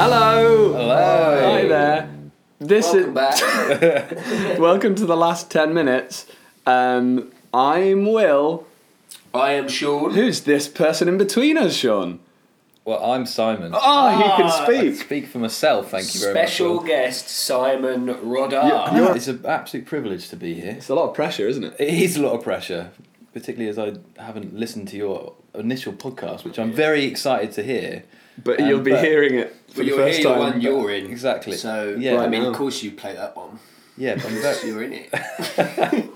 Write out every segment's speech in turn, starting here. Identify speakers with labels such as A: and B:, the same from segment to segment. A: Hello.
B: Hello.
A: Hi there. This
B: Welcome
A: is
B: back.
A: welcome to the last ten minutes. Um, I'm Will.
B: I am Sean.
A: Who's this person in between us, Sean?
C: Well, I'm Simon.
A: Oh, he
B: Ah,
A: can speak.
C: Speak for myself, thank you very
B: Special
C: much.
B: guest Simon Roddard.
A: Yeah,
C: Special. It's an absolute privilege to be here.
A: It's a lot of pressure, isn't it?
C: It is a lot of pressure, particularly as I haven't listened to your initial podcast, which I'm very excited to hear.
A: But
C: Um,
A: you'll be
C: but-
A: hearing it for
B: But
A: the
B: you're
A: first
B: here, the
A: time.
B: one you're in.
C: Exactly.
B: So
C: yeah,
A: Right
B: I mean,
A: now.
B: of course you play that one.
C: yeah, but I'm very,
B: You're in it.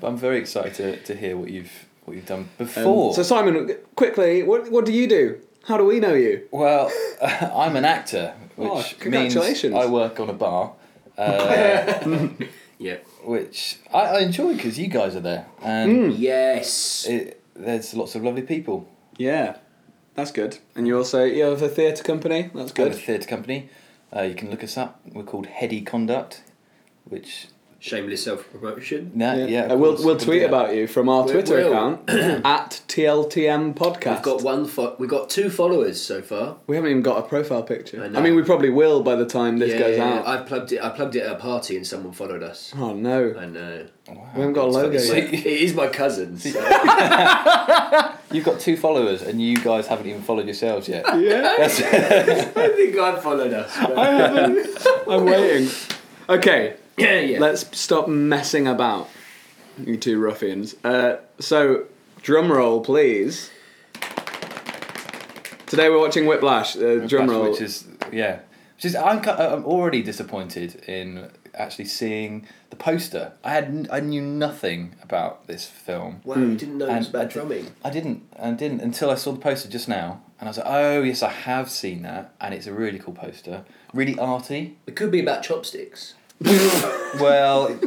C: but I'm very excited to, to hear what you've what you've done
A: Um,
C: before.
A: So Simon, quickly, what what do you do? How do we know you?
C: well, I'm an actor, which
A: Oh,
C: means
A: congratulations.
C: I work on a bar. Uh,
B: yeah.
C: which I, I enjoy because you guys are there
A: Hmm.
C: and
B: Yes.
C: it, there's lots of lovely people.
A: Yeah, that's good. And you also you have a theatre company. That's
C: Good.
A: good.
C: theatre company. Uh, you can look us up. We're called Heady Conduct, which
B: Shameless self-promotion.
C: no, yeah,
A: Uh,
C: of
A: we'll
C: course,
A: we'll
C: do
A: tweet
C: that.
A: about you from our
B: We
A: Twitter
B: will.
A: account at TLTM Podcast.
B: We've got one. Fo- we've got two followers so far.
A: We haven't even got a profile picture.
B: I
A: I,
B: know.
A: mean, we probably will by the time this goes out.
B: I plugged it. I plugged it at a party and someone followed us.
A: oh no,
B: I know.
A: we haven't got a logo
B: So
A: yet.
B: it is my cousin. so-
C: You've got two followers, and you guys haven't even followed yourselves yet.
A: yeah,
C: That's,
B: I think I followed us. but-
A: I'm waiting. Okay,
B: yeah, yeah.
A: let's stop messing about, you two ruffians. Uh, so, drum roll, please. Today we're watching Whiplash. Uh, drum roll.
C: which is yeah, which is I'm ki- I'm already disappointed in actually seeing the poster. I had n- I knew nothing about this film.
B: wow, you didn't know it
C: And
B: was
C: I
B: about
C: di-
B: drumming.
C: I didn't, I didn't until I saw the poster just now, and I was like, oh yes, I have seen that, and it's a really cool poster, really arty.
B: It could be about chopsticks.
C: Well,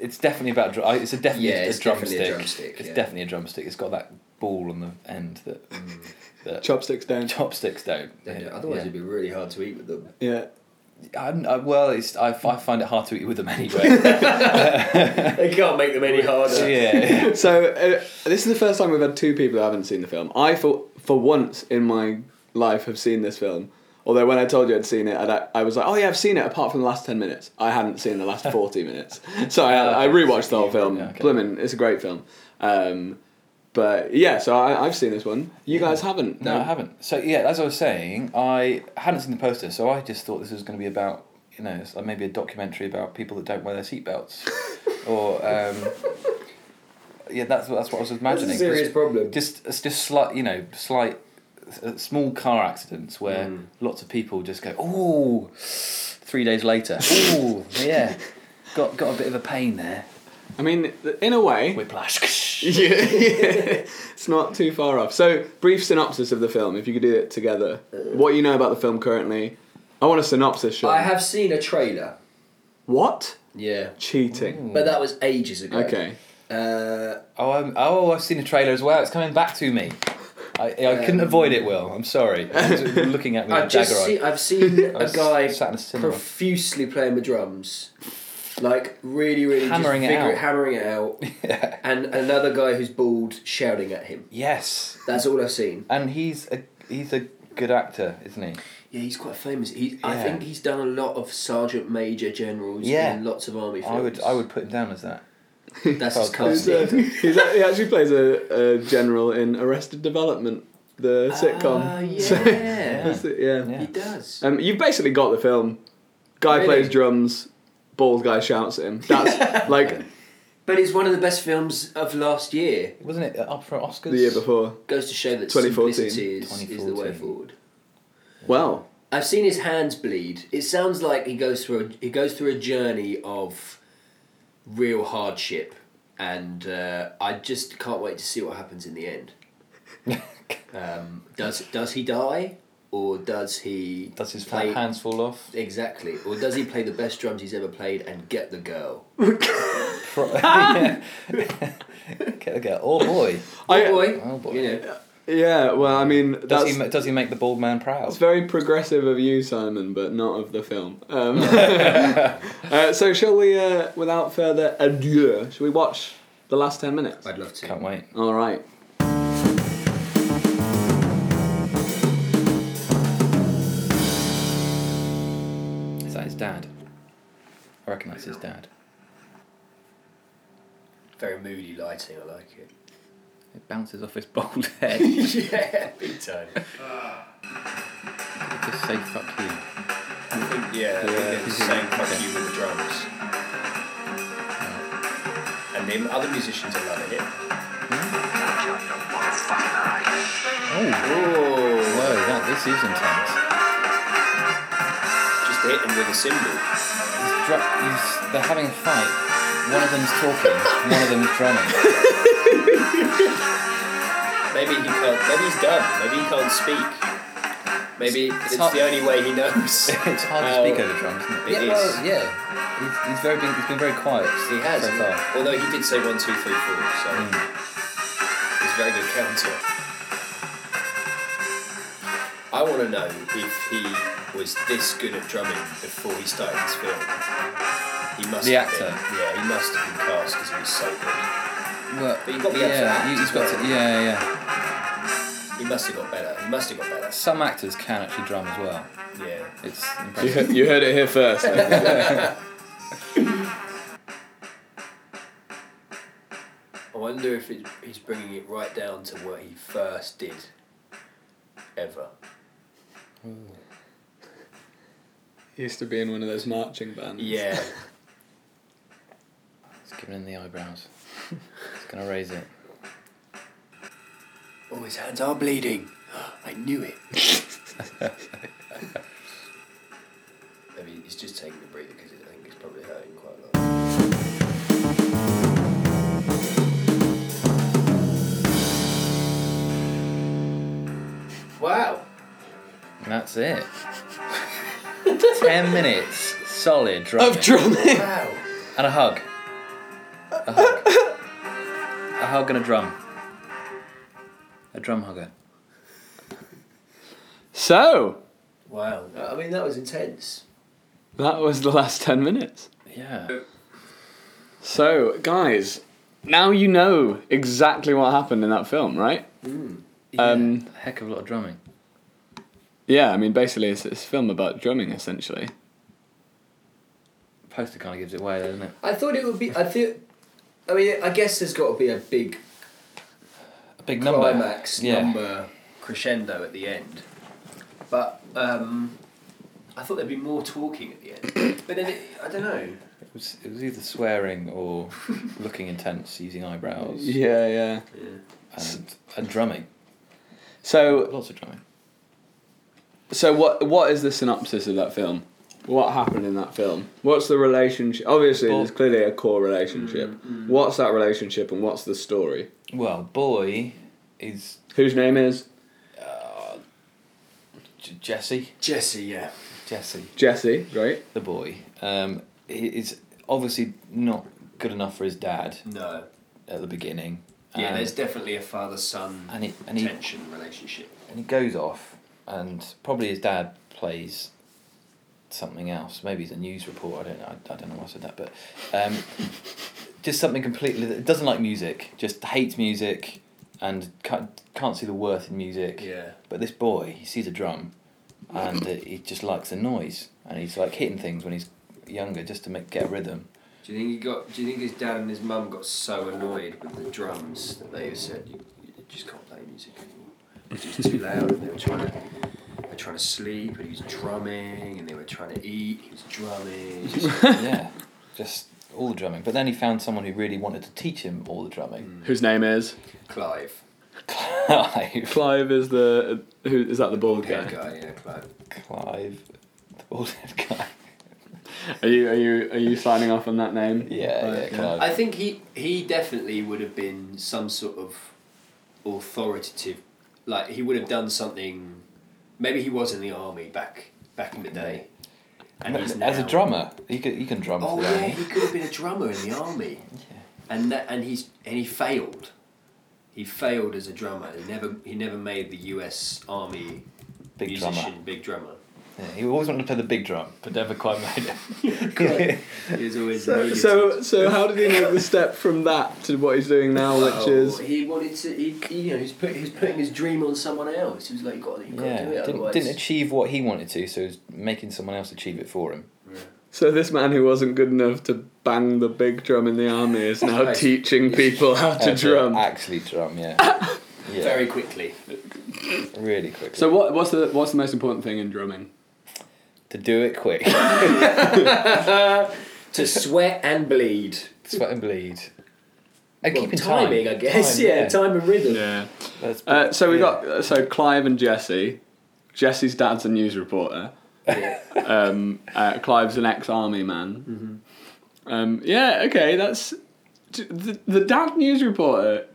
C: it's definitely about dr- I- it's a definitely
B: Yeah,
C: a
B: it's
C: drumstick.
B: definitely a drumstick,
C: It's
B: yeah.
C: definitely a drumstick. It's got that ball on the end that that
A: Chopsticks down.
C: chopsticks don't.
B: They do. Otherwise, it'd be really hard to eat with them.
A: yeah.
C: yeah. I'm- I, well, it's I, I find it hard to eat with them anyway.
B: They can't make them any
C: So,
B: harder.
C: yeah,
A: So uh, this is the first time we've had two people who haven't seen the film. I for for once in my life have seen this film. Although when I told you I'd seen it, I'd, I was like, "Oh yeah, I've seen it." Apart from the last ten minutes, I hadn't seen the last forty minutes. So I, I
C: Oh, Okay.
A: rewatched the whole film.
C: Yeah, okay.
A: Blimmin', it's a great film. Um, but yeah, so I, I've seen this one. You guys haven't?
C: no, I haven't. So yeah, as I was saying, I hadn't seen the poster, so I just thought this was going to be about you know it's like maybe a documentary about people that don't wear their seatbelts, or um, yeah, that's what that's what I was imagining.
B: That's a serious problem.
C: just it's just slight you know slight uh, small car accidents where
B: Hmm.
C: lots of people just go oh three days later oh yeah got got a bit of a pain there
A: I mean, in a way,
C: whiplash
A: yeah, it's not too far off. So, brief synopsis of the film, if you could do it together.
C: Uh,
A: What you know about the film currently? I want a synopsis. Sean.
B: I have seen a trailer.
A: What?
B: Yeah.
A: Cheating.
B: But that was ages ago.
A: Okay.
B: Uh,
C: oh I'm, oh I've seen a trailer as well it's coming back to me I, I
A: Um,
C: couldn't avoid it Will I'm sorry It was looking at me
B: I've
C: with
B: just
C: dagger eye.
B: seen, I've seen a
C: was
B: guy
C: sat in a cinema.
B: profusely playing the drums, like really, really just
C: Hammering it
B: figure-
C: out.
B: hammering it out, and another guy who's bald shouting at him.
C: yes
B: That's all I've seen.
C: and he's a he's a good actor isn't he
B: Yeah, he's quite famous. He, I
C: Yeah.
B: think he's done a lot of sergeant major generals
C: Yeah.
B: in lots of army films.
C: I would I would put him down as that
B: That's his
C: Well,
A: He's, uh,
B: company.
A: he's a- he actually plays a, a general in Arrested Development, the
B: Ah,
A: sitcom. So-
B: yeah.
A: that's it, yeah.
C: Yeah.
B: He does.
A: Um, you've basically got the film. Guy
B: Really?
A: plays drums, bald guy shouts at him. That's like
B: But it's one of the best films of last year.
C: wasn't it up for Oscars
A: the year before.
B: Goes to show that
A: 2014.
B: simplicity is, is the way
C: 2014.
B: forward.
A: Well,
B: I've seen his hands bleed. It sounds like he goes through a, he goes through a journey of real hardship, and uh, I just can't wait to see what happens in the end. um, does does he die, or does he
C: does his
B: play
C: hands fall off
B: exactly, or does he play the best drums he's ever played and get the girl?
C: Pro- yeah. okay, okay. Oh boy.
A: I-
B: oh boy,
C: Oh, boy.
B: You know,
A: yeah. Well, I mean,
C: Does
A: that's
C: he, ma- does he make the bald man proud?
A: It's very progressive of you, Simon, but not of the film. Um, uh, so, shall we, uh, without further ado, shall we watch the last ten minutes?
B: I'd love to.
C: Can't wait.
A: All right.
C: dad. I reckon that's his dad.
B: Very moody lighting, I like it.
C: It bounces off his bald head.
B: yeah, big time.
C: Just say fuck you.
B: I think, yeah, I think they're just saying fuck you with the drums. And the other musicians are loving it.
C: Oh,
B: Oh,
C: whoa, that, this is intense.
B: just hit them with a cymbal.
C: He's dru- he's, they're having a fight. One of them's talking, one of them's drumming.
B: Maybe he can't. Maybe he's dumb. Maybe he can't speak. Maybe it's,
C: hard-
B: the only way he knows.
C: It's hard to
B: how
C: speak over drums, isn't it?
B: Oh. It
C: yeah,
B: is.
C: well, yeah. He's, he's, very been, he's been very quiet
B: He has.
C: so far. Mm.
B: Although he did say one, two, three, four. So he's a very good counter. I want to know if he was this good at drumming before he started this film. He must.
C: The
B: have
C: actor.
B: Been, yeah, he must have been cast because he was so good.
C: Well,
B: But you've got to be able to
C: yeah,
B: act
C: you,
B: as
C: he's got to,
B: well.
C: yeah, yeah.
B: He must have got better. He must have got better.
C: Some actors can actually drum as well.
B: Yeah.
C: It's
A: You,
C: impressive.
A: he- you heard it here first.
B: I wonder if it, he's bringing it right down to what he first did ever.
C: Mm.
A: He used to be in one of those marching bands.
B: Yeah.
C: It's giving him the eyebrows. It's gonna raise it.
B: oh, his hands are bleeding. I knew it. Maybe he's just taking a breather because I think it's probably hurting quite a lot. Wow.
C: And that's it. Ten minutes solid drumming.
A: Of drumming.
B: Wow.
C: and a hug. A hug. a hug and a drum. A drum hugger.
A: So,
B: Wow. I mean, that was intense.
A: that was the last 10 minutes.
C: Yeah.
A: So, guys, now you know exactly what happened in that film, right?
B: Hmm.
A: Um,
C: Yeah, a heck of a lot of drumming.
A: Yeah, I mean, basically, it's, it's a film about drumming, essentially.
C: Poster kind of gives it away, doesn't it?
B: I thought it would be. I thought. I mean, I guess there's got to be a big
C: A big number.
B: climax
C: yeah.
B: number crescendo at the end. But um, I thought there'd be more talking at the end. but then it, I don't know.
C: It was, it was either swearing or looking intense, using eyebrows,
A: Yeah, yeah.
C: and, and drumming.
A: So,
C: Lots of drumming.
A: so what what is the synopsis of that film? What happened in that film? What's the relationship? Obviously,
C: Well-
A: there's clearly a core relationship. What's that relationship, and what's the story?
C: Well, boy is
A: Whose name is
C: J- Jesse.
B: Jesse, yeah.
C: Jesse,
A: Jesse? Right.
C: the boy, um, he is obviously not good enough for his dad
B: No.
C: at the beginning.
B: Yeah,
C: and,
B: there's definitely a father son
C: and he and he
B: tension relationship.
C: and he goes off, and probably his dad plays something else. Maybe he's a news report. I don't know. I, I don't know why I said that, but um, just something completely. That doesn't like music. Just hates music, and can't, can't see the worth in music.
B: Yeah.
C: But this boy, he sees a drum, and uh, he just likes the noise, and he's like hitting things when he's younger just to make get a rhythm.
B: Do you think he got? Do you think his dad and his mum got so annoyed with the drums that they said you, you just can't play music anymore? It's just too loud. And they were trying to, they were trying to sleep, and he was drumming, and they were trying to eat. He was drumming. It's just-
C: yeah, just all the drumming. But then he found someone who really wanted to teach him all the drumming.
A: Whose name is
B: Clive.
C: Clive,
A: Clive? Is the who is that the bald
B: Head
A: guy?
B: guy, yeah, Clive.
C: Clive, the bald head guy.
A: Are you are you are you signing off on that name?
C: Yeah,
A: Clive,
C: yeah, Clive.
B: I think he he definitely would have been some sort of authoritative, like he would have done something. Maybe he was in the army back back in the day, and he's
C: As a
B: now-
C: drummer, you can you can drum.
B: Oh
C: for the
B: yeah,
C: army.
B: he could have been a drummer in the army. And that, and he's and he failed. He failed as a drummer. He never he never made the U.S. Army
C: Big
B: musician,
C: drummer.
B: big drummer.
C: Yeah, he always wanted to play the big drum, but never quite made
B: Great.
C: it.
B: He was always
A: So,
B: negative.
A: so, so how did he make the step from that to what he's doing now,
B: Oh,
A: which is
B: he wanted to. He, he, you know he's put he's putting his dream on someone else. He was like, you got to, you got
C: yeah,
B: to do it.
C: didn't,
B: otherwise-
C: didn't achieve what he wanted to, so he's making someone else achieve it for him.
B: Yeah.
A: So this man who wasn't good enough to bang the big drum in the army is now
B: Nice.
A: teaching people how to drum.
C: Actually, drum, yeah. yeah.
B: Very quickly.
C: Really quickly.
A: So what, what's the what's the most important thing in drumming?
C: to do it quick.
B: To sweat and bleed.
C: Sweat and bleed. And
B: Well,
C: keep in time.
B: timing, I guess.
C: Time,
B: yeah, time and rhythm.
A: Yeah.
C: That's-
A: Uh, so we
C: yeah.
A: got got so Clive and Jesse. Jesse's dad's a news reporter.
B: Yeah.
A: Um, uh, Clive's an ex-army man. Um, yeah. Okay. That's the, the dad news reporter.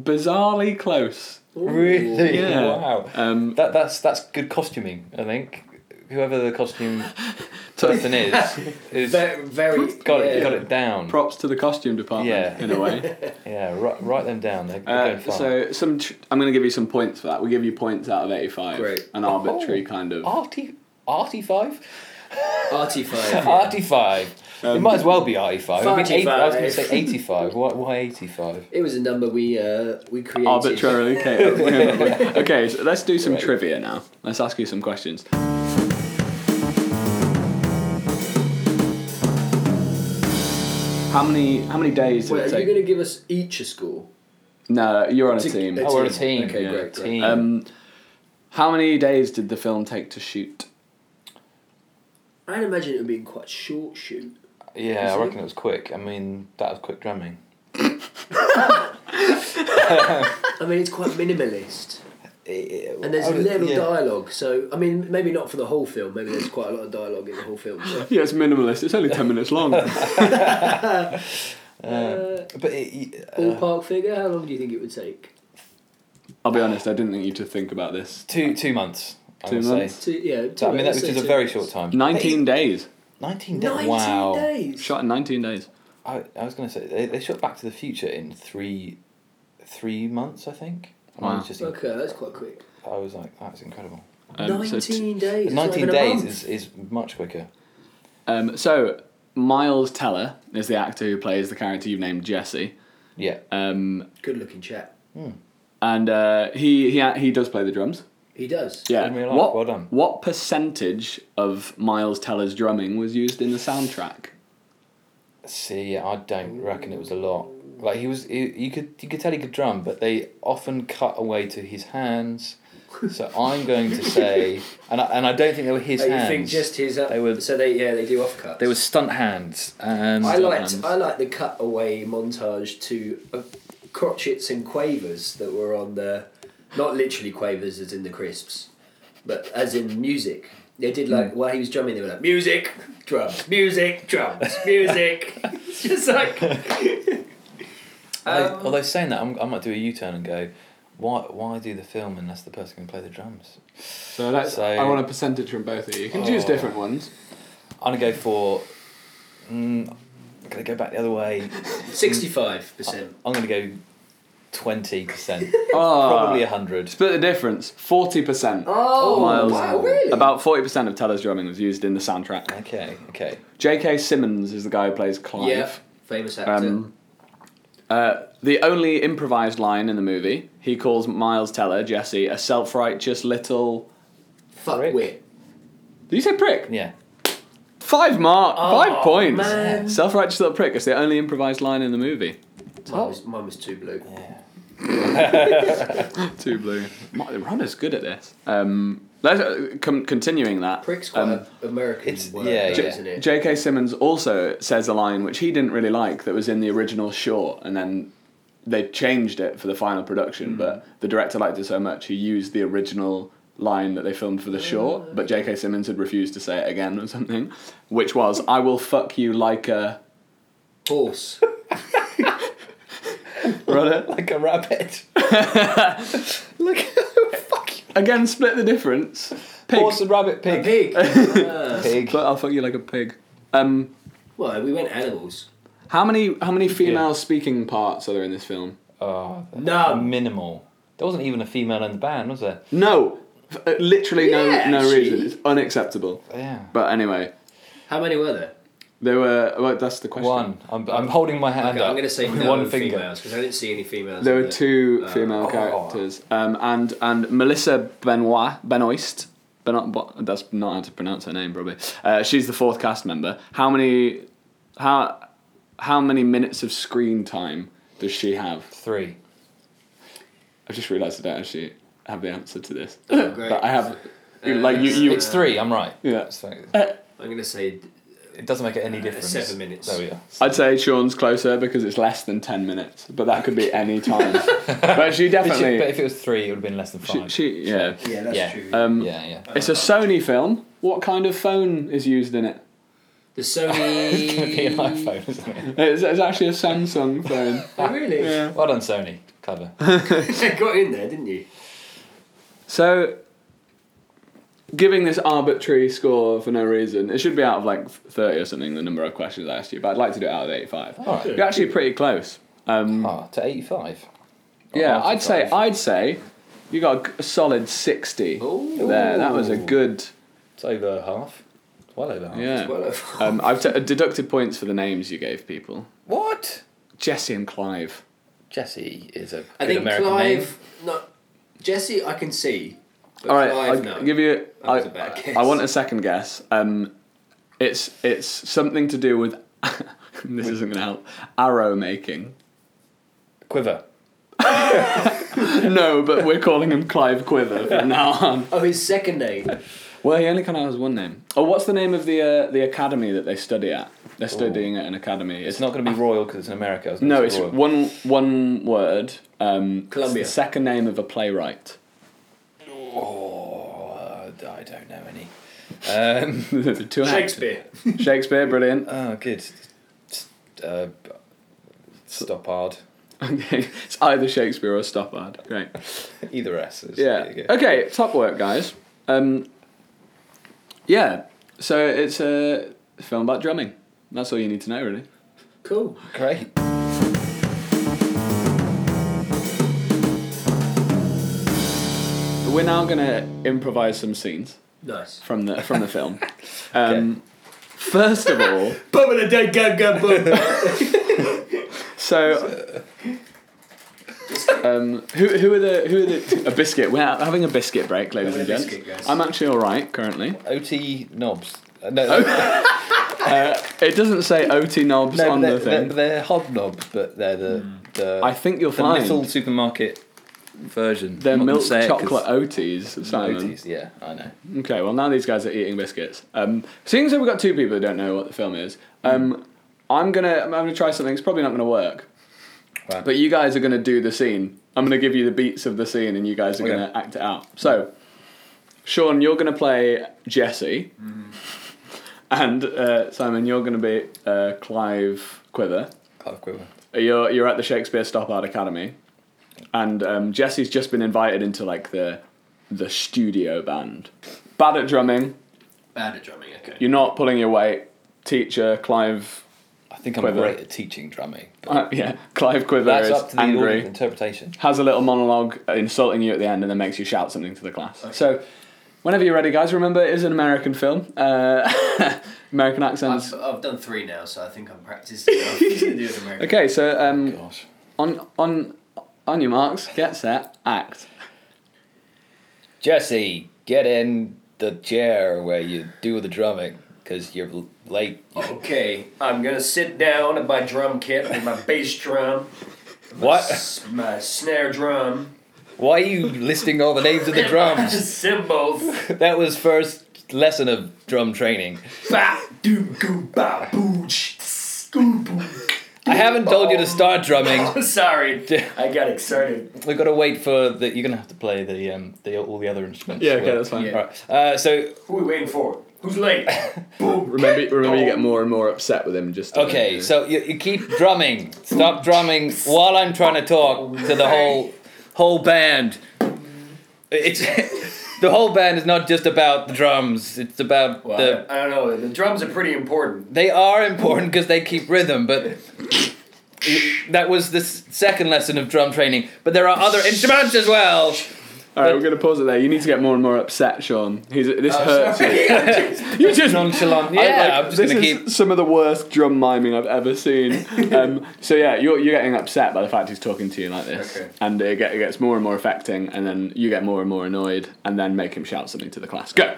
A: Bizarrely close.
C: Really?
A: Yeah.
C: Wow.
A: Um,
C: That that's that's good costuming, I think. Whoever the costume person is, is got
B: Very, very
C: it
B: yeah.
C: got it down.
A: props to the costume department
C: Yeah.
A: in a way.
C: yeah, write, write them down. They're, they're
A: Uh,
C: going far.
A: so some, tr- I'm going to give you some points for that. We'll give you points out of 85.
B: Great.
A: An arbitrary kind of.
C: Arty Arty five?
B: Arty five. Oh, yeah. Um,
C: Arty five. it might as well be Arty five. I, mean, eight, I was gonna
B: 45.
C: say eighty five. Why why eighty five?
B: It was a number we uh, we created.
A: Arbitrarily came up- came up with. Okay, so let's do some
C: Right.
A: trivia now. Let's ask you some questions. How many how many days did
B: Wait,
A: it
B: are you
A: take?
B: going to give us each a score?
A: No, you're on a
B: To-
A: team.
B: it's-
C: Oh, we're a team.
B: Okay,
A: Yeah.
B: great, great.
C: Team.
A: Um, how many days did the film take to shoot?
B: I'd imagine it would be quite a short shoot.
C: yeah,
B: is
C: I
B: it-
C: reckon it was quick. I mean, that was quick drumming.
B: I mean, it's quite minimalist, and there's
C: I would-
B: little
C: yeah.
B: dialogue. So, I mean, maybe not for the whole film. Maybe there's quite a lot of dialogue in the whole film. So.
A: Yeah, it's minimalist. It's only ten minutes long.
B: Uh,
C: But it, uh,
B: ballpark figure. How long do you think it would take?
A: I'll be honest. I didn't think you to think about this.
C: two two months. I
A: Two
C: would
A: months?
C: Say.
B: Two, yeah, two,
C: So, I mean, that
B: let's
C: which
B: say
C: is a
B: two
C: very
B: hours.
C: short time.
A: Nineteen days.
C: 19 days.
B: Nineteen
C: wow.
B: days.
A: Shot in nineteen days.
C: I, I was going to say, they, they shot Back to the Future in three three months, I think. And I
A: Wow.
C: was just,
B: Okay, that's quite quick.
C: I was like, that's incredible.
A: Um, so
B: Nineteen
A: t-
B: days. it's not
C: 19
B: even a
C: days
B: month.
C: is, is much quicker.
A: Um, so Miles Teller is the actor who plays the character you've named Jesse,
C: Yeah.
A: um,
B: Good looking chap.
A: and uh, he he he does play the drums.
B: He does.
A: Yeah.
C: In real life,
A: What
C: well done.
A: what percentage of Miles Teller's drumming was used in the soundtrack?
C: See, I don't reckon it was a lot. Like he was, he, you could you could tell he could drum, but they often cut away to his hands. So I'm going to say, and I, and I don't think they were his
B: Oh, you
C: hands.
B: think just his? Uh,
C: They were-
B: so they yeah they do offcuts.
C: they were stunt hands, and
B: I liked
A: hands.
B: I liked the cutaway montage to uh, crotchets and quavers that were on the, not literally quavers as in the crisps, but as in music. They did like
A: Hmm.
B: while he was drumming, they were like music, drums, music, drums, music. It's just like
C: although,
B: Um,
C: although saying that, I'm, I might do a U-turn and go, why why do the film unless the person can play the drums?
A: So that's
C: So-
A: I want a percentage from both of you. You can choose
C: Oh.
A: different ones.
C: I'm gonna go for. Mm, I'm gonna go back the other way.
B: sixty five percent.
C: I'm gonna go twenty percent,
A: Oh,
C: probably hundred.
A: Split the difference. Forty percent.
B: Oh, wow, really?
A: About forty percent of Teller's drumming was used in the soundtrack.
C: Okay, okay.
A: J.K. Simmons is the guy who plays Clive.
B: Yeah, famous actor.
A: Um, uh, the only improvised line in the movie, he calls Miles Teller, Jesse, a self righteous little.
B: Fuckwit.
A: Did you say prick?
C: Yeah.
A: Five mark,
B: Oh,
A: five
B: man.
A: points. Self righteous little prick. It's the only improvised line in the movie.
B: Mine was, mine was too blue.
A: Too blue. My- Ron is good at this. Um, let's, uh, com- continuing that.
B: Prick's quite
A: um,
B: an American
C: it's-
B: word,
C: yeah,
B: though,
C: yeah.
B: isn't it?
A: J.K. Simmons also says a line which he didn't really like that was in the original short, and then they changed it for the final production.
B: Hmm.
A: But the director liked it so much he used the original line that they filmed for the short. But
B: Oh.
A: J.K. Simmons had refused to say it again or something, which was "I will fuck you like a."
B: Horse.
A: Right?
C: Like a rabbit.
A: Look, fuck you. Again, split the difference. Pig.
C: Horse and rabbit,
B: A
C: pig.
B: pig. Ah.
C: Pig.
A: But I'll fuck you like a pig. Um,
B: Well, we went animals.
A: how many how many female speaking parts are there in this film?
C: Oh, that's
B: No.
C: Minimal. There wasn't even a female in the band, was there?
A: No, F- uh, literally no
B: Yeah,
A: no
B: she-
A: reason. It's unacceptable.
C: Yeah.
A: But anyway,
B: How many were there?
A: there were. Well, that's the question.
C: One. I'm, I'm holding my hand
B: Okay,
C: up.
B: I'm going to say
C: with
B: no
C: one finger.
B: females because I didn't see any females.
A: There
B: in
A: were two female
C: oh.
A: characters, um, and and Melissa Benoit Benoist Bernard, Bo- that's not how to pronounce her name probably. Uh, she's the fourth cast member. How many, how, how many minutes of screen time does she have?
C: Three.
A: I've just realised I don't actually have the answer to this,
B: Oh, great.
A: but I have.
B: Uh,
A: like you, you
C: It's three. I'm right.
A: Yeah.
C: So
B: I'm gonna say
C: it doesn't make it any
B: Uh,
C: difference.
B: seven minutes.
C: There we are.
A: I'd say Sean's closer because it's less than ten minutes, but that could be any time. but she
C: But, she- but
A: definitely,
C: if it was three, it would have been less than
A: she,
C: five.
A: she yeah.
B: yeah, that's
C: Yeah.
B: true.
A: Um,
C: yeah, yeah.
A: It's a Sony film. What kind of phone is used in it?
B: the
C: It's gonna be an
B: Sony.
C: iPhone, isn't it?
A: It's, it's actually a Samsung phone.
B: oh really?
C: Well done, Sony. Clever.
B: Got in there, didn't you?
A: So, giving this arbitrary score for no reason, it should be out of like 30 or something, the number of questions I asked you, but I'd like to do it out of 85.
C: All right.
A: You're actually pretty close. Um,
C: Ah, to eighty-five.
A: yeah,
C: Oh,
A: I'd say,
C: 85.
A: I'd say you got a g- a solid 60
B: Ooh.
A: there. That was a good,
C: It's over half. It's well over half.
A: yeah.
B: Well,
A: Um, I've t- deducted points for the names you gave people.
C: What?
A: Jesse and Clive.
C: Jesse is a good
B: I think
C: American name.
B: Clive. No, Jesse, I can see. But
A: All right,
B: Clive,
A: I'll
B: no.
A: give you.
B: That
A: I,
B: was a bad
A: I-
B: guess.
A: I want a second guess. Um, it's it's something to do with. this isn't going to help. Arrow making.
C: Quiver.
A: No, but we're calling him Clive Quiver from now on.
B: Oh, his second name.
A: Well, he only kind of has one name. Oh, what's the name of the uh, the academy that they study at? They're studying at an academy.
C: It's not going to
B: Ah.
C: be royal because it's in America. I was gonna
A: No,
C: say
A: it's
C: royal.
A: one one word. Um,
B: Columbia.
A: It's the second name of a playwright.
C: Oh, I don't know any. Um,
A: The two hands.
B: Shakespeare.
A: Shakespeare, brilliant.
C: oh, good. S- Uh, Stoppard.
A: Okay, it's either Shakespeare or Stoppard. Great.
C: Either S. Is
A: Yeah. Okay, top work, guys. Um, yeah, so it's a film about drumming. That's all you need to know, really.
B: Cool.
C: Great.
A: We're now gonna improvise some scenes
B: Nice.
A: from the from the film. Um, First of all,
B: Boom and a dead gum gum boom.
A: so um, who who are the who are the a biscuit? We're having a biscuit break, ladies
B: Having
A: and
B: a
A: gents.
B: biscuit, guys.
A: I'm actually all right currently.
C: OT knobs. Uh, no,
A: Oh.
C: no,
A: Uh, It doesn't say OT knobs
C: but
A: on
C: they're,
A: the
C: they're,
A: thing.
C: they're hobnob, but they're the the,
A: I think you'll
C: the
A: find
C: little supermarket version.
A: they're
C: I'm not gonna
A: milk
C: say it 'cause-
A: chocolate OTs. Simon.
C: OTs, Yeah, I know.
A: Okay, well now these guys are eating biscuits. Um, seeing as though we've got two people who don't know what the film is,
C: Hmm.
A: um, I'm gonna I'm gonna try something. It's probably not gonna work,
C: Right.
A: but you guys are gonna do the scene. I'm gonna give you the beats of the scene, and you guys are
C: Okay.
A: gonna act it out. So, Sean, you're gonna play Jesse,
C: Mm-hmm.
A: and uh, Simon, you're gonna be uh, Clive Quiver.
C: Clive Quiver.
A: You're you're at the Shakespeare Stoppard Academy, and um, Jesse's just been invited into like the the studio band. Bad at drumming.
B: Bad at drumming. Okay.
A: You're not pulling your weight. Teacher Clive,
C: I think I'm
A: Quiver.
C: great at teaching drumming. but
A: uh, yeah, Clive Quiver
C: That's
A: is
C: up to the
A: angry.
C: audience interpretation.
A: Has a little monologue insulting you at the end, and then makes you shout something to the class. So, whenever you're ready, guys, remember it is an American film. Uh, American accents.
B: I've, I've done three now, so I think I'm practiced enough to do with American.
A: Okay, so um,
C: Gosh.
A: on on on your marks, get set, act.
C: Jesse, get in the chair where you do the drumming because you're l- late.
B: Okay, I'm gonna sit down at my drum kit with my bass drum,
C: What?
B: s- my snare drum,
C: Why are you listing all the names of the drums?
B: cymbals.
C: That was first lesson of drum training.
B: Ba doo goo ba boo ch- tss, goo boo.
C: I haven't told you to start drumming.
B: Sorry, I got excited.
C: We've got to wait for the. You're gonna have to play the um the all the other instruments.
A: Yeah,
C: as
A: okay,
C: well.
A: that's fine.
B: Yeah.
C: Alright, uh, so
B: Who are we waiting for? Who's late? Boom.
A: Remember, remember, you get more and more upset with him. Just
C: okay, so you, you keep drumming. Stop drumming while I'm trying to talk to the whole whole band. It's the whole band is not just about the drums. It's about
B: Well,
C: the.
B: I don't know. The drums are pretty important.
C: They are important because they keep rhythm, but. That was the s- second lesson of drum training, but there are other instruments as well.
A: All right, we're going to pause it there. You need to get more and more upset, Sean. He's, this
C: Oh,
A: hurts. you.
B: you
A: You just
D: nonchalant. Yeah,
A: I- like,
D: I, am just
A: this
D: gonna
A: is
D: keep.
A: some of the worst drum miming I've ever seen. um, so yeah, you're, you're getting upset by the fact he's talking to you like this,
B: Okay.
A: and it, get, it gets more and more affecting, and then you get more and more annoyed, and then make him shout something to the class. Go,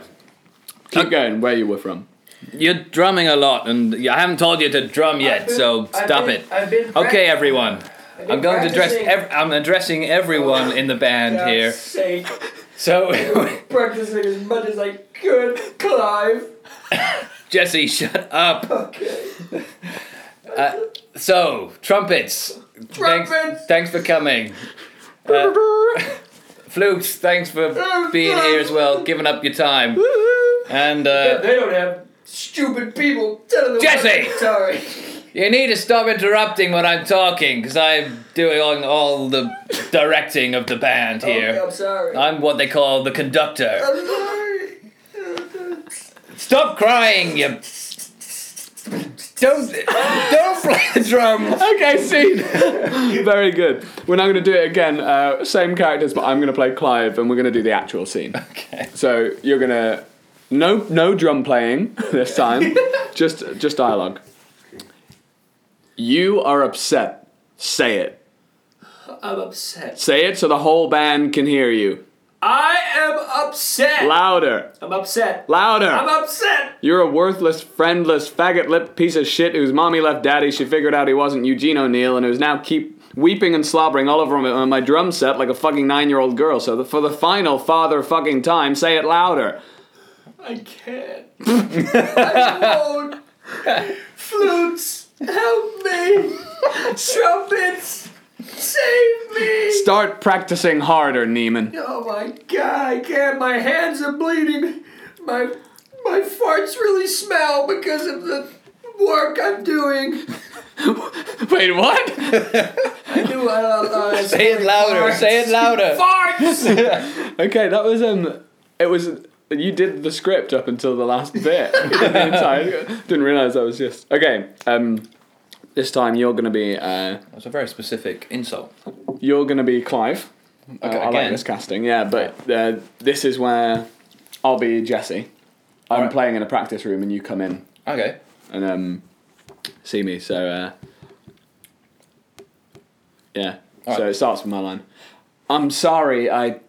A: keep going. Where you were from?
C: You're drumming a lot, and I haven't told you to drum yet, so stop it. Okay, everyone. I'm going to address. Ev- I'm addressing everyone in the band here.
B: Sake,
C: So,
B: practicing as much as I could, Clive.
C: Jesse, shut up.
B: Okay.
C: So, trumpets. Thanks,
B: Trumpets.
C: thanks for coming. Uh, flutes. Thanks for being here as well, giving up your time. And uh,
B: they don't have stupid people telling them.
C: Jesse!
B: what- Sorry.
C: you need to stop interrupting when I'm talking, because I'm doing all the directing of the band
B: Okay,
C: here.
B: I'm sorry.
C: I'm what they call the conductor.
B: I'm sorry.
C: Stop crying, you. Don't don't play the drums.
A: Okay, scene. Very good. We're now going to do it again. Uh, same characters, but I'm going to play Clive, and we're going to do the actual scene.
C: Okay.
A: So you're going to no no drum playing this time. just just dialogue. You are upset. Say it.
B: I'm upset.
A: Say it so the whole band can hear you.
B: I am upset.
A: Louder.
B: I'm upset.
A: Louder.
B: I'm upset.
A: You're a worthless, friendless, faggot lipped piece of shit whose mommy left daddy. She figured out he wasn't Eugene O'Neill and who's now keep weeping and slobbering all over my, on my drum set like a fucking nine year old girl. So the, for the final father fucking time, say it louder.
B: I can't. I won't. Flutes, help me. Trumpets, save me.
A: Start practicing harder, Neiman.
B: Oh my god, I can't. My hands are bleeding. My my farts really smell because of the work I'm doing.
A: Wait, what?
B: I knew I uh,
C: Say it louder. Say it louder.
B: Farts!
A: okay, that was um, it was you did the script up until the last bit. the entire, didn't realize that was just okay. Um, this time you're gonna be uh.
D: That's a very specific insult.
A: You're going to be Clive. Uh, I like
D: again?
A: this casting, yeah, but uh, this is where I'll be Jesse. I'm
D: Alright.
A: playing in a practice room and you come in
D: Okay.
A: and um, see me, so uh, yeah. so
D: Alright.
A: it starts with my line. I'm sorry, I.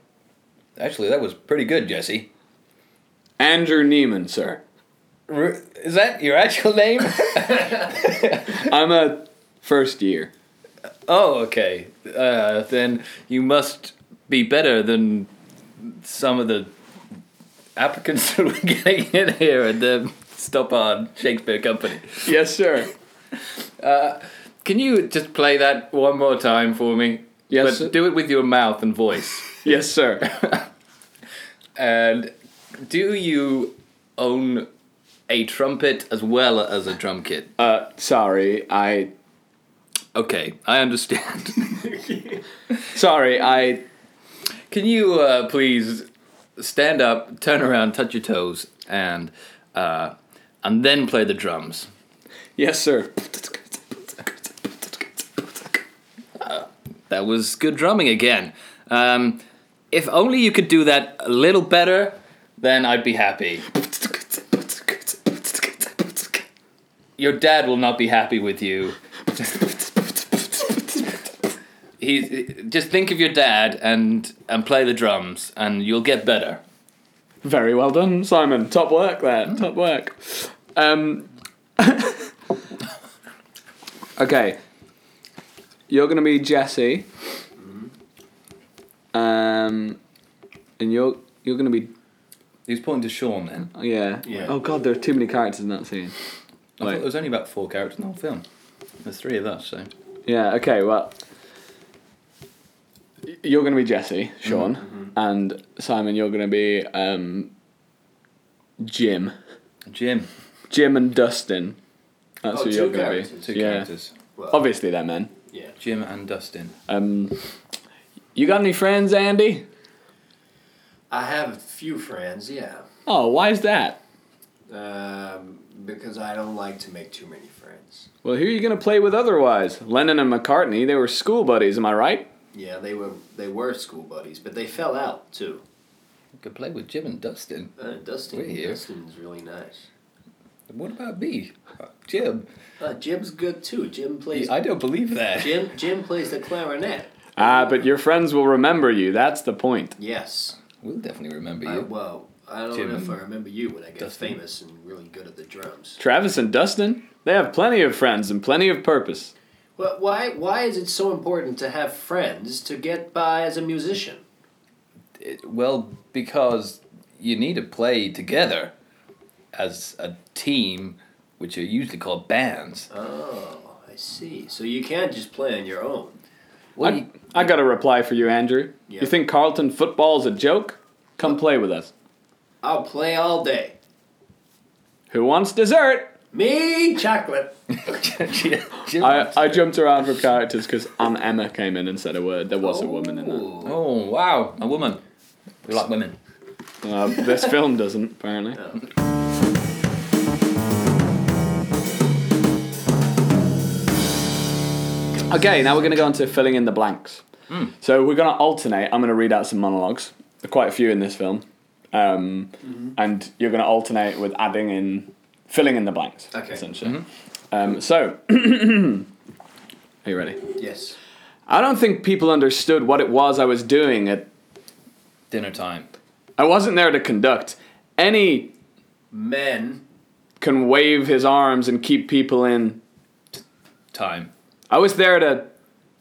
D: Actually, that was pretty good, Jesse.
A: Andrew Neiman, sir.
D: R- is that your actual name?
A: I'm a first year.
C: Oh, okay. Uh, then you must be better than some of the applicants that were getting in here at the Stoppard Shakespeare Company.
A: Yes, sir.
C: Can you just play that one more time for me?
A: Yes.
C: But do it with your mouth and voice.
A: yes, sir.
C: And do you own a trumpet as well as a drum kit?
A: Uh, sorry, I.
C: Okay, I understand.
A: Sorry, I.
C: Can you uh, please stand up, turn around, touch your toes, and uh, and then play the drums?
A: Yes, sir.
C: That was good drumming again. Um, if only you could do that a little better, then I'd be happy. Your dad will not be happy with you. He's, just think of your dad and and play the drums, and you'll get better.
A: Very well done, Simon. Top work there.
B: Mm.
A: Top work. Um, okay. You're going to be Jesse.
B: Mm-hmm.
A: Um, and you're you're going to be
D: he was pointing to Sean then.
A: yeah.
B: Yeah.
A: Oh god, there are too many characters in that scene.
D: I
A: Wait.
D: thought there was only about four characters in the whole film. There's three of us, so.
A: Yeah, okay, well. y- You're going to be Jesse, Sean,
B: Mm-hmm.
A: and Simon, you're going to be um, Jim.
D: Jim,
A: Jim and Dustin. That's
B: Oh,
A: who
B: two
A: you're going to be.
B: characters.
D: two
A: Yeah.
D: characters.
A: Obviously, they're men.
B: Yeah.
D: Jim and Dustin.
A: Um, you got any friends, Andy?
B: I have a few friends, yeah.
A: Oh, why is that?
B: Um, because I don't like to make too many friends.
A: Well, who are you going to play with otherwise? Lennon and McCartney, they were school buddies, am I right?
B: Yeah, they were they were school buddies, but they fell out too.
C: I could play with Jim and Dustin.
B: Uh, Dustin,
C: We're here.
B: Dustin's really nice.
C: What about me? Jim.
B: Uh, Jim's good too. Jim plays.
C: I don't believe that.
B: Jim Jim plays the clarinet.
A: Ah, but your friends will remember you. That's the point.
B: Yes.
C: We'll definitely remember
B: I,
C: you.
B: well, I don't
C: Jim
B: know if I
C: and
B: remember you when I get
C: Dustin.
B: famous and really good at the drums.
A: Travis and Dustin, they have plenty of friends and plenty of purpose.
B: Well, why why is it so important to have friends to get by as a musician?
C: It- well, because you need to play together as a team, which are usually called bands.
B: Oh, I see. So you can't just play on your own.
C: Well,
A: I,
C: you-
A: I got a reply for you, Andrew.
B: Yeah.
A: You think Carlton football's a joke? Come play with us.
B: I'll play all day.
A: Who wants dessert?
B: Me chocolate.
C: Jim-
A: I, I jumped around for characters because Aunt Emma came in and said a word. There was a woman in that.
B: Ooh.
C: oh, wow. A woman. We like women.
A: Uh, this film doesn't, apparently. Okay, now we're going to go on to filling in the blanks. So we're going to alternate. I'm going to read out some monologues, quite a few in this film. Um, And you're going to alternate with adding in, filling in the blanks,
B: Okay.
A: essentially. Um, so, are you ready?
B: Yes.
A: I don't think people understood what it was I was doing at
C: Dinner time.
A: I wasn't there to conduct. Any
B: Men.
A: can wave his arms and keep people in.
C: Time.
A: I was there to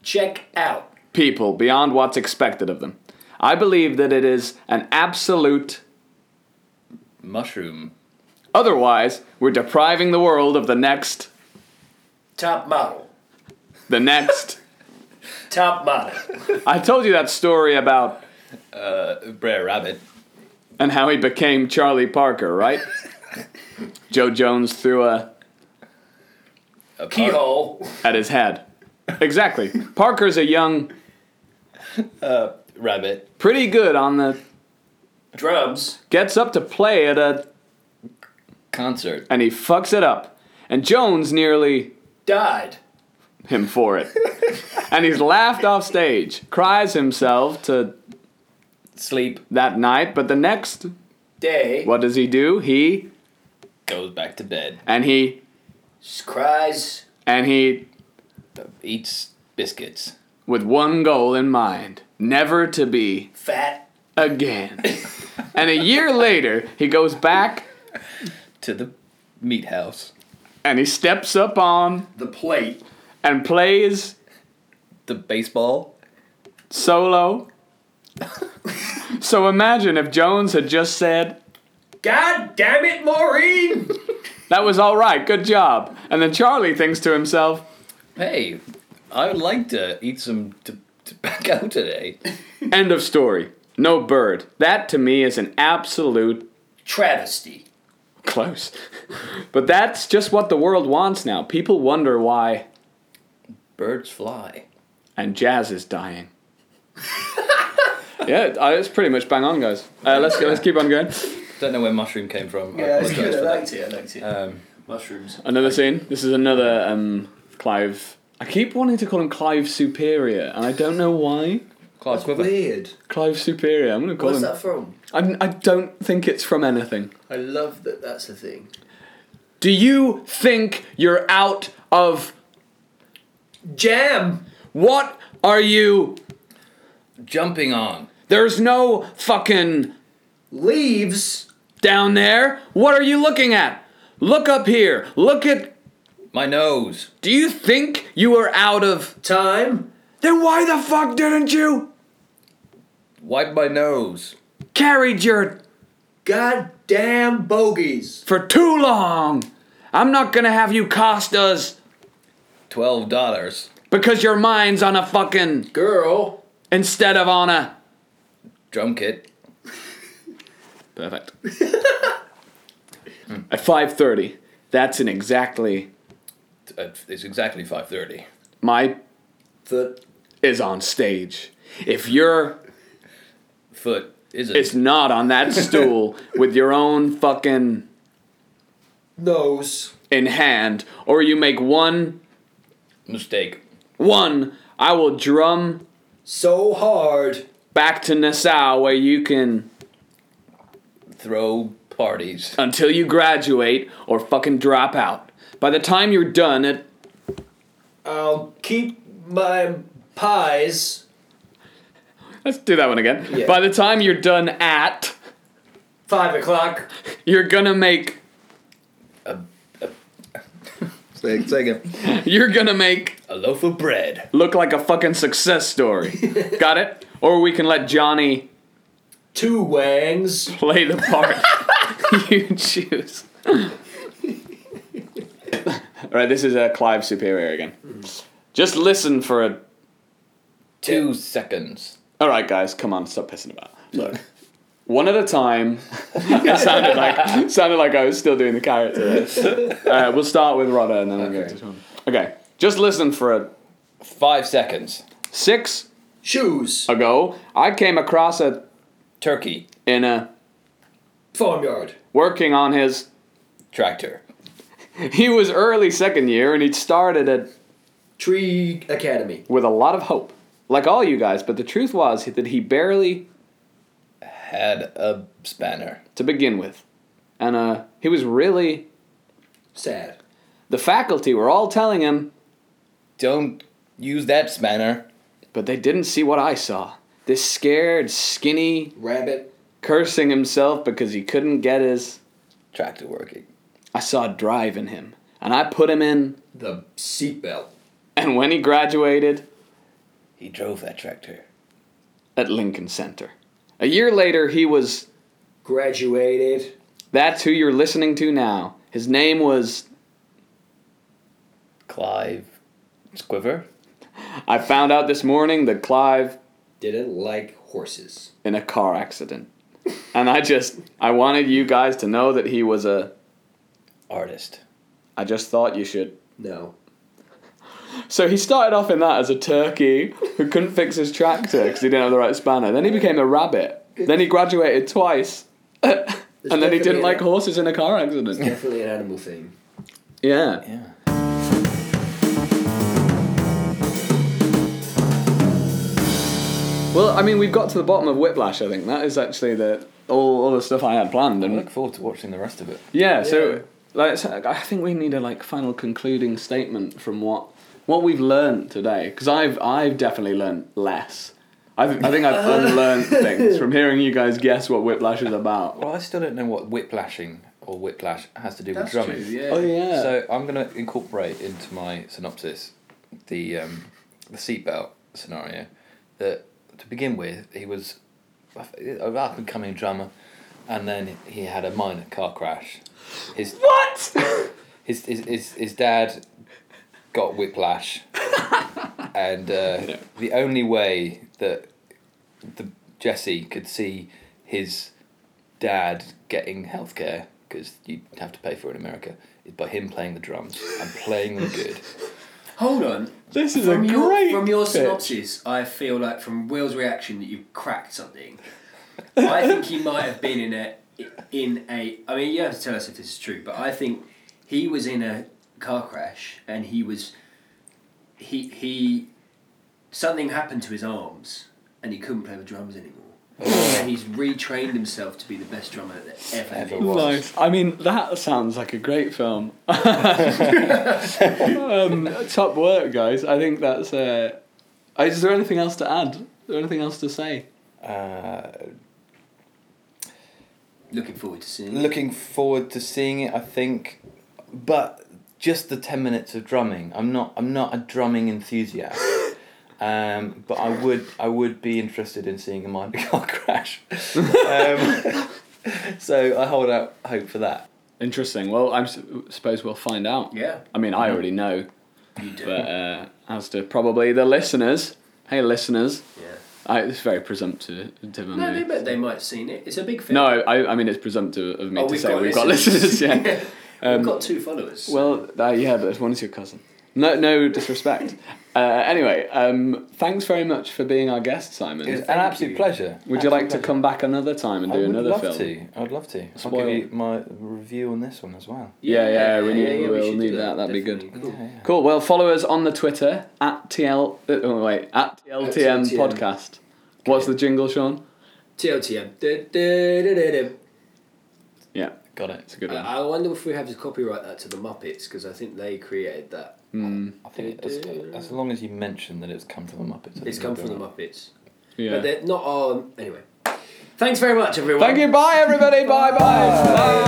B: Check out.
A: people beyond what's expected of them. I believe that it is an absolute.
C: Mushroom.
A: Otherwise, we're depriving the world of the next,
B: Top model.
A: the next.
B: Top model.
A: I told you that story about
C: Brer Rabbit.
A: and how he became Charlie Parker, right? Joe Jones threw a
C: A par-
B: Keyhole.
A: at his head. Exactly. Parker's a young,
C: rabbit.
A: pretty good on the
B: Drums.
A: gets up to play at a
C: Concert.
A: and he fucks it up. And Jones nearly
B: Died.
A: him for it. and he's laughed off stage, cries himself to
C: Sleep.
A: that night, but the next
B: Day.
A: what does he do? He
C: Goes back to bed.
A: and he
B: Cries.
A: and he
C: Eats biscuits.
A: with one goal in mind, never to be
B: Fat.
A: again. and a year later, he goes back
C: To the meat house.
A: and he steps up on
B: The plate.
A: and plays
C: The baseball.
A: solo. so imagine if Jones had just said,
B: God damn it, Maureen!
A: That was all right. Good job. And then Charlie thinks to himself,
C: Hey, I would like to eat some t- tobacco today.
A: end of story. No bird. That to me is an absolute
B: Travesty.
A: close. But that's just what the world wants now. People wonder why
C: Birds fly.
A: and jazz is dying. yeah, I- it's pretty much bang on, guys. Uh, let's let's keep on going.
C: Don't know where mushroom came from. I
B: Yeah, it's
C: apologize for
B: good. I
C: that.
B: liked it. I liked it.
A: Uh,
C: Um,
B: Mushrooms.
A: Another scene. This is another um, Clive. I keep wanting to call him Clive Superior, and I don't know why.
C: Clive Quiver.
B: Weird.
A: Clive Superior. I'm gonna call
B: Where's
A: him.
B: that from?
A: I'm- I don't think it's from anything.
B: I love that that's a thing.
A: Do you think you're out of
B: Jam!
A: what are you?
C: Jumping on.
A: There's no fucking
B: Leaves!
A: down there. What are you looking at? Look up here. Look at.
C: My nose.
A: Do you think you are out of.
B: Time!
A: Then why the fuck didn't you?
C: Wipe my nose.
A: Carried your.
B: Goddamn bogeys!
A: for too long. I'm not gonna have you Costas
C: Twelve dollars.
A: because your mind's on a fucking.
B: Girl!
A: instead of on a.
C: Drum kit.
A: Perfect. At 5:30, that's in exactly
C: Uh, It's exactly five thirty.
A: my
B: The
A: is on stage. If your
C: Foot is
A: is not on that stool with your own fucking
B: nose.
A: in hand, or you make one
C: mistake.
A: one, I will drum
B: so hard.
A: Back to Nassau, where you can,
E: Throw parties.
A: until you graduate or fucking drop out. By the time you're done at
B: I'll keep my pies.
A: Let's do that one again.
B: Yeah.
A: By the time you're done at,
B: Five o'clock.
A: you're gonna make
C: Say, say again.
A: you're gonna make
E: A loaf of bread.
A: look like a fucking success story. Got it? Or we can let Johnny
B: Two wangs.
A: play the part. you choose. All right, this is uh, Clive Superior again. Just listen for a.
E: Two seconds.
A: All right, guys, come on, stop pissing about. Look, one at a time. it sounded like sounded like I was still doing the character. Uh, we'll start with Rodder and then we'll go
E: Okay.
A: to Sean. Okay, just listen for a
E: Five seconds.
A: six
B: Shoes.
A: ago, I came across a
E: Turkey.
A: in a
B: Farmyard.
A: working on his.
E: Tractor.
A: He was early second year, and he started it
B: Tree Academy.
A: with a lot of hope, like all you guys. But the truth was that he barely
E: Had a spanner.
A: to begin with, and uh, he was really.
B: Sad.
A: The faculty were all telling him,
E: Don't use that spanner.
A: but they didn't see what I saw. This scared, skinny,
B: Rabbit.
A: cursing himself because he couldn't get his.
E: Tractor working.
A: I saw drive in him, and I put him in.
B: The seatbelt.
A: And when he graduated,
E: He drove that tractor.
A: at Lincoln Center. A year later, he was.
B: Graduated.
A: That's who you're listening to now. His name was.
E: Clive Squiver.
A: I found out this morning that Clive
B: Didn't like horses.
A: in a car accident. And I just. I wanted you guys to know that he was a.
E: Artist.
A: I just thought you should.
B: No.
A: So he started off in that as a turkey who couldn't fix his tractor because he didn't have the right spanner. Then he became a rabbit. Then he graduated twice. and then he didn't like horses in a car accident.
B: Definitely an animal theme.
A: Yeah.
E: Yeah.
A: Well, I mean, we've got to the bottom of Whiplash. I think that is actually the all, all the stuff I had planned,
C: I
A: and
C: look forward to watching the rest of it.
A: yeah. So, like, so I think we need a like final concluding statement from what what we've learned today, because I've I've definitely learned less. I've, I think I've unlearned things from hearing you guys guess what Whiplash is about.
C: Well, I still don't know what whiplashing or whiplash has to do
F: That's
C: with
F: true,
C: drumming.
F: yeah.
A: Oh yeah.
C: So I'm going to incorporate into my synopsis the um, the seatbelt scenario. That to begin with, he was an up and coming drummer, and then he had a minor car crash. His
A: what?
C: his his his, his dad got whiplash, and uh, the only way that the Jesse could see his dad getting healthcare because you have to pay for it in America is by him playing the drums and playing them good.
F: Hold on.
A: this is
F: From
A: a
F: your,
A: great
F: from your
A: pitch.
F: synopsis, I feel like from Will's reaction that you've cracked something. I think he might have been in a in a. I mean, you have to tell us if this is true, but I think he was in a car crash and he was he he something happened to his arms and he couldn't play the drums anymore. and he's retrained himself to be the best drummer that ever.
C: Ever
F: lived.
C: was.
A: Nice. I mean, that sounds like a great film. um, top work, guys. I think that's. Uh, is there anything else to add? Is there anything else to say?
C: Uh,
F: Looking forward to seeing. it.
C: looking forward to seeing it. I think, but just the ten minutes of drumming. I'm not. I'm not a drumming enthusiast. Um, but I would. I would be interested in seeing a minor car crash. Um, so I hold out hope for that.
A: Interesting. Well, I s- suppose we'll find out.
F: Yeah,
A: I mean, I already know,
F: you do.
A: but uh, as do probably the listeners. Hey, listeners.
F: yeah.
A: I, it's very presumptive of
F: No, they
A: me.
F: might, they might have seen it. It's a big film.
A: No, I, I mean, it's presumptive of me
F: Oh,
A: to
F: we've
A: say
F: got
A: we've got
F: listeners.
A: listeners. Yeah. Um,
F: We've got two followers.
A: Well, uh, yeah, but one is your cousin. No, no disrespect. Uh, anyway, um, thanks very much for being our guest, Simon.
C: It was an
B: Thank
C: absolute
B: you.
C: pleasure.
A: Would you like to
C: Absolute
A: come back another time and
C: pleasure.
A: do
C: I would
A: another film?
C: love to. I'd love to. I'll
A: Spoil-
C: give you my review on this one as well.
A: Yeah, yeah, we need,
B: yeah,
A: we'll
B: should
A: need
B: do
A: that. That'd be good.
B: definitely. Cool.
A: Cool. Well, follow us on the Twitter at TL. uh, Oh wait, at TLTM
B: TLTM.
A: podcast. What's the jingle, Sean?
B: TLTM. Da, da, da, da, da.
A: Yeah,
C: Got it.
A: it's
F: Uh,
A: a good one.
B: I, I wonder if we have to copyright that to the Muppets because I think they created that.
C: I think as, as long as you mention that it's come from the Muppets. I
B: It's
C: think
B: come
C: we'll
B: from the
C: do it.
B: Muppets, but
A: Yeah.
B: they're not. Um, anyway, thanks very much, everyone.
A: Thank you. Bye, everybody. bye. Bye. bye.